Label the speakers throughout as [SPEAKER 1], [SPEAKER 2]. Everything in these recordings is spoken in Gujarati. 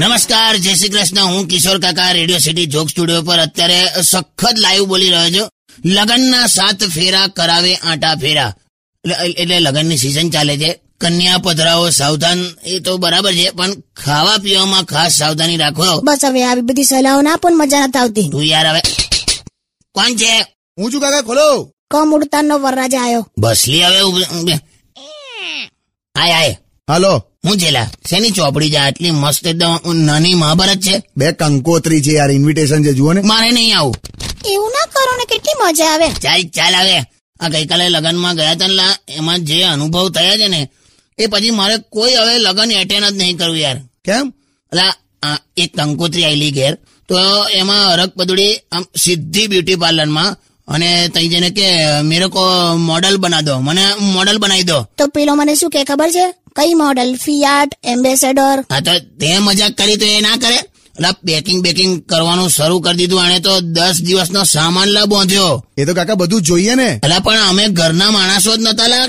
[SPEAKER 1] નમસ્કાર જય શ્રી કૃષ્ણ હું કિશોર કાકા રેડિયો સિટી જોક સ્ટુડિયો પર અત્યારે સખત લાઈવ બોલી રહ્યો છું લગ્નના સાત ફેરા કરાવે આટા ફેરા એટલે એટલે લગ્નની સિઝન ચાલે છે કન્યા પધરાઓ સાવધાન એ તો બરાબર છે પણ ખાવા પીવામાં ખાસ સાવધાની રાખો
[SPEAKER 2] બસ હવે આવી બધી સલાહો ના પણ મજા નથી આવતી
[SPEAKER 1] તું યાર હવે કોણ છે
[SPEAKER 3] હું છું કાકા ખોલો
[SPEAKER 2] કમ ઉડતાનો વરરાજ આવ્યો
[SPEAKER 1] બસલી હવે ઉભ- ઉભ- આય આય
[SPEAKER 3] હાલો
[SPEAKER 1] હું છેલા શેની ચોપડી છે આટલી મસ્ત એકદમ નાની મહાભારત છે
[SPEAKER 3] બે કંકોત્રી છે યાર ઇન્વિટેશન છે જુઓ ને
[SPEAKER 1] મારે નહીં આવું
[SPEAKER 2] એવું ના કરો ને કેટલી મજા આવે
[SPEAKER 1] ચાલ ચાલ આવે આ ગઈકાલે લગ્નમાં ગયા હતા ને લા, એમાં જે અનુભવ થયા છે ને એ પછી મારે કોઈ હવે લગ્ન એટેન્ડ જ નહીં કરવું યાર
[SPEAKER 3] કેમ
[SPEAKER 1] અલા આ એક કંકોત્રી આયેલી ઘેર તો એમાં હરક પદુડી આમ સીધી બ્યુટી પાર્લરમાં અને તઈ જઈને કે મેરે કો મોડલ બના દો મને મોડલ બનાવી દો
[SPEAKER 2] તો પેલો મને શું કે ખબર છે કઈ મોડલ ફિયાટ એમ્બેસેડર
[SPEAKER 1] હા તો તે મજાક કરી તો એ ના કરે અલા પેકિંગ બેકિંગ કરવાનું શરૂ કરી દીધું અને તો દસ દિવસનો સામાન લા બાંધ્યો
[SPEAKER 3] એ તો કાકા બધું જ જોઈએ ને
[SPEAKER 1] અલા પણ અમે ઘરના માણસો જ નતા લા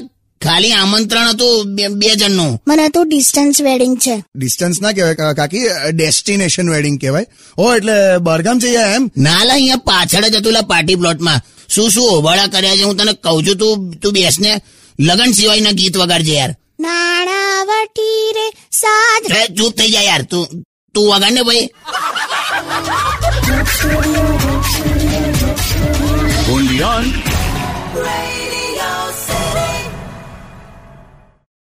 [SPEAKER 1] ખાલી આમંત્રણ હતું બે- બે જણનું
[SPEAKER 2] મને તો ડિસ્ટન્સ વેડિંગ છે
[SPEAKER 3] ડિસ્ટન્સ ના કહેવાય કા- કાકી ડેસ્ટિનેશન વેડિંગ કહેવાય ઓ એટલે બહારગામ જઈએ એમ
[SPEAKER 1] ના લા અહીંયા પાછળ જ હતું લા પાર્ટી પ્લોટમાં શું શું ઓબાળા કર્યા છે હું તને કહું છું તું તું બેસ ને લગન સિવાયના ગીત વગાડજે યાર
[SPEAKER 2] નાણાવટી રે સાજ
[SPEAKER 1] એ, ચૂપ થઈ જા યાર તું તું વગાડ ને ભાઈ
[SPEAKER 4] Only on
[SPEAKER 2] રે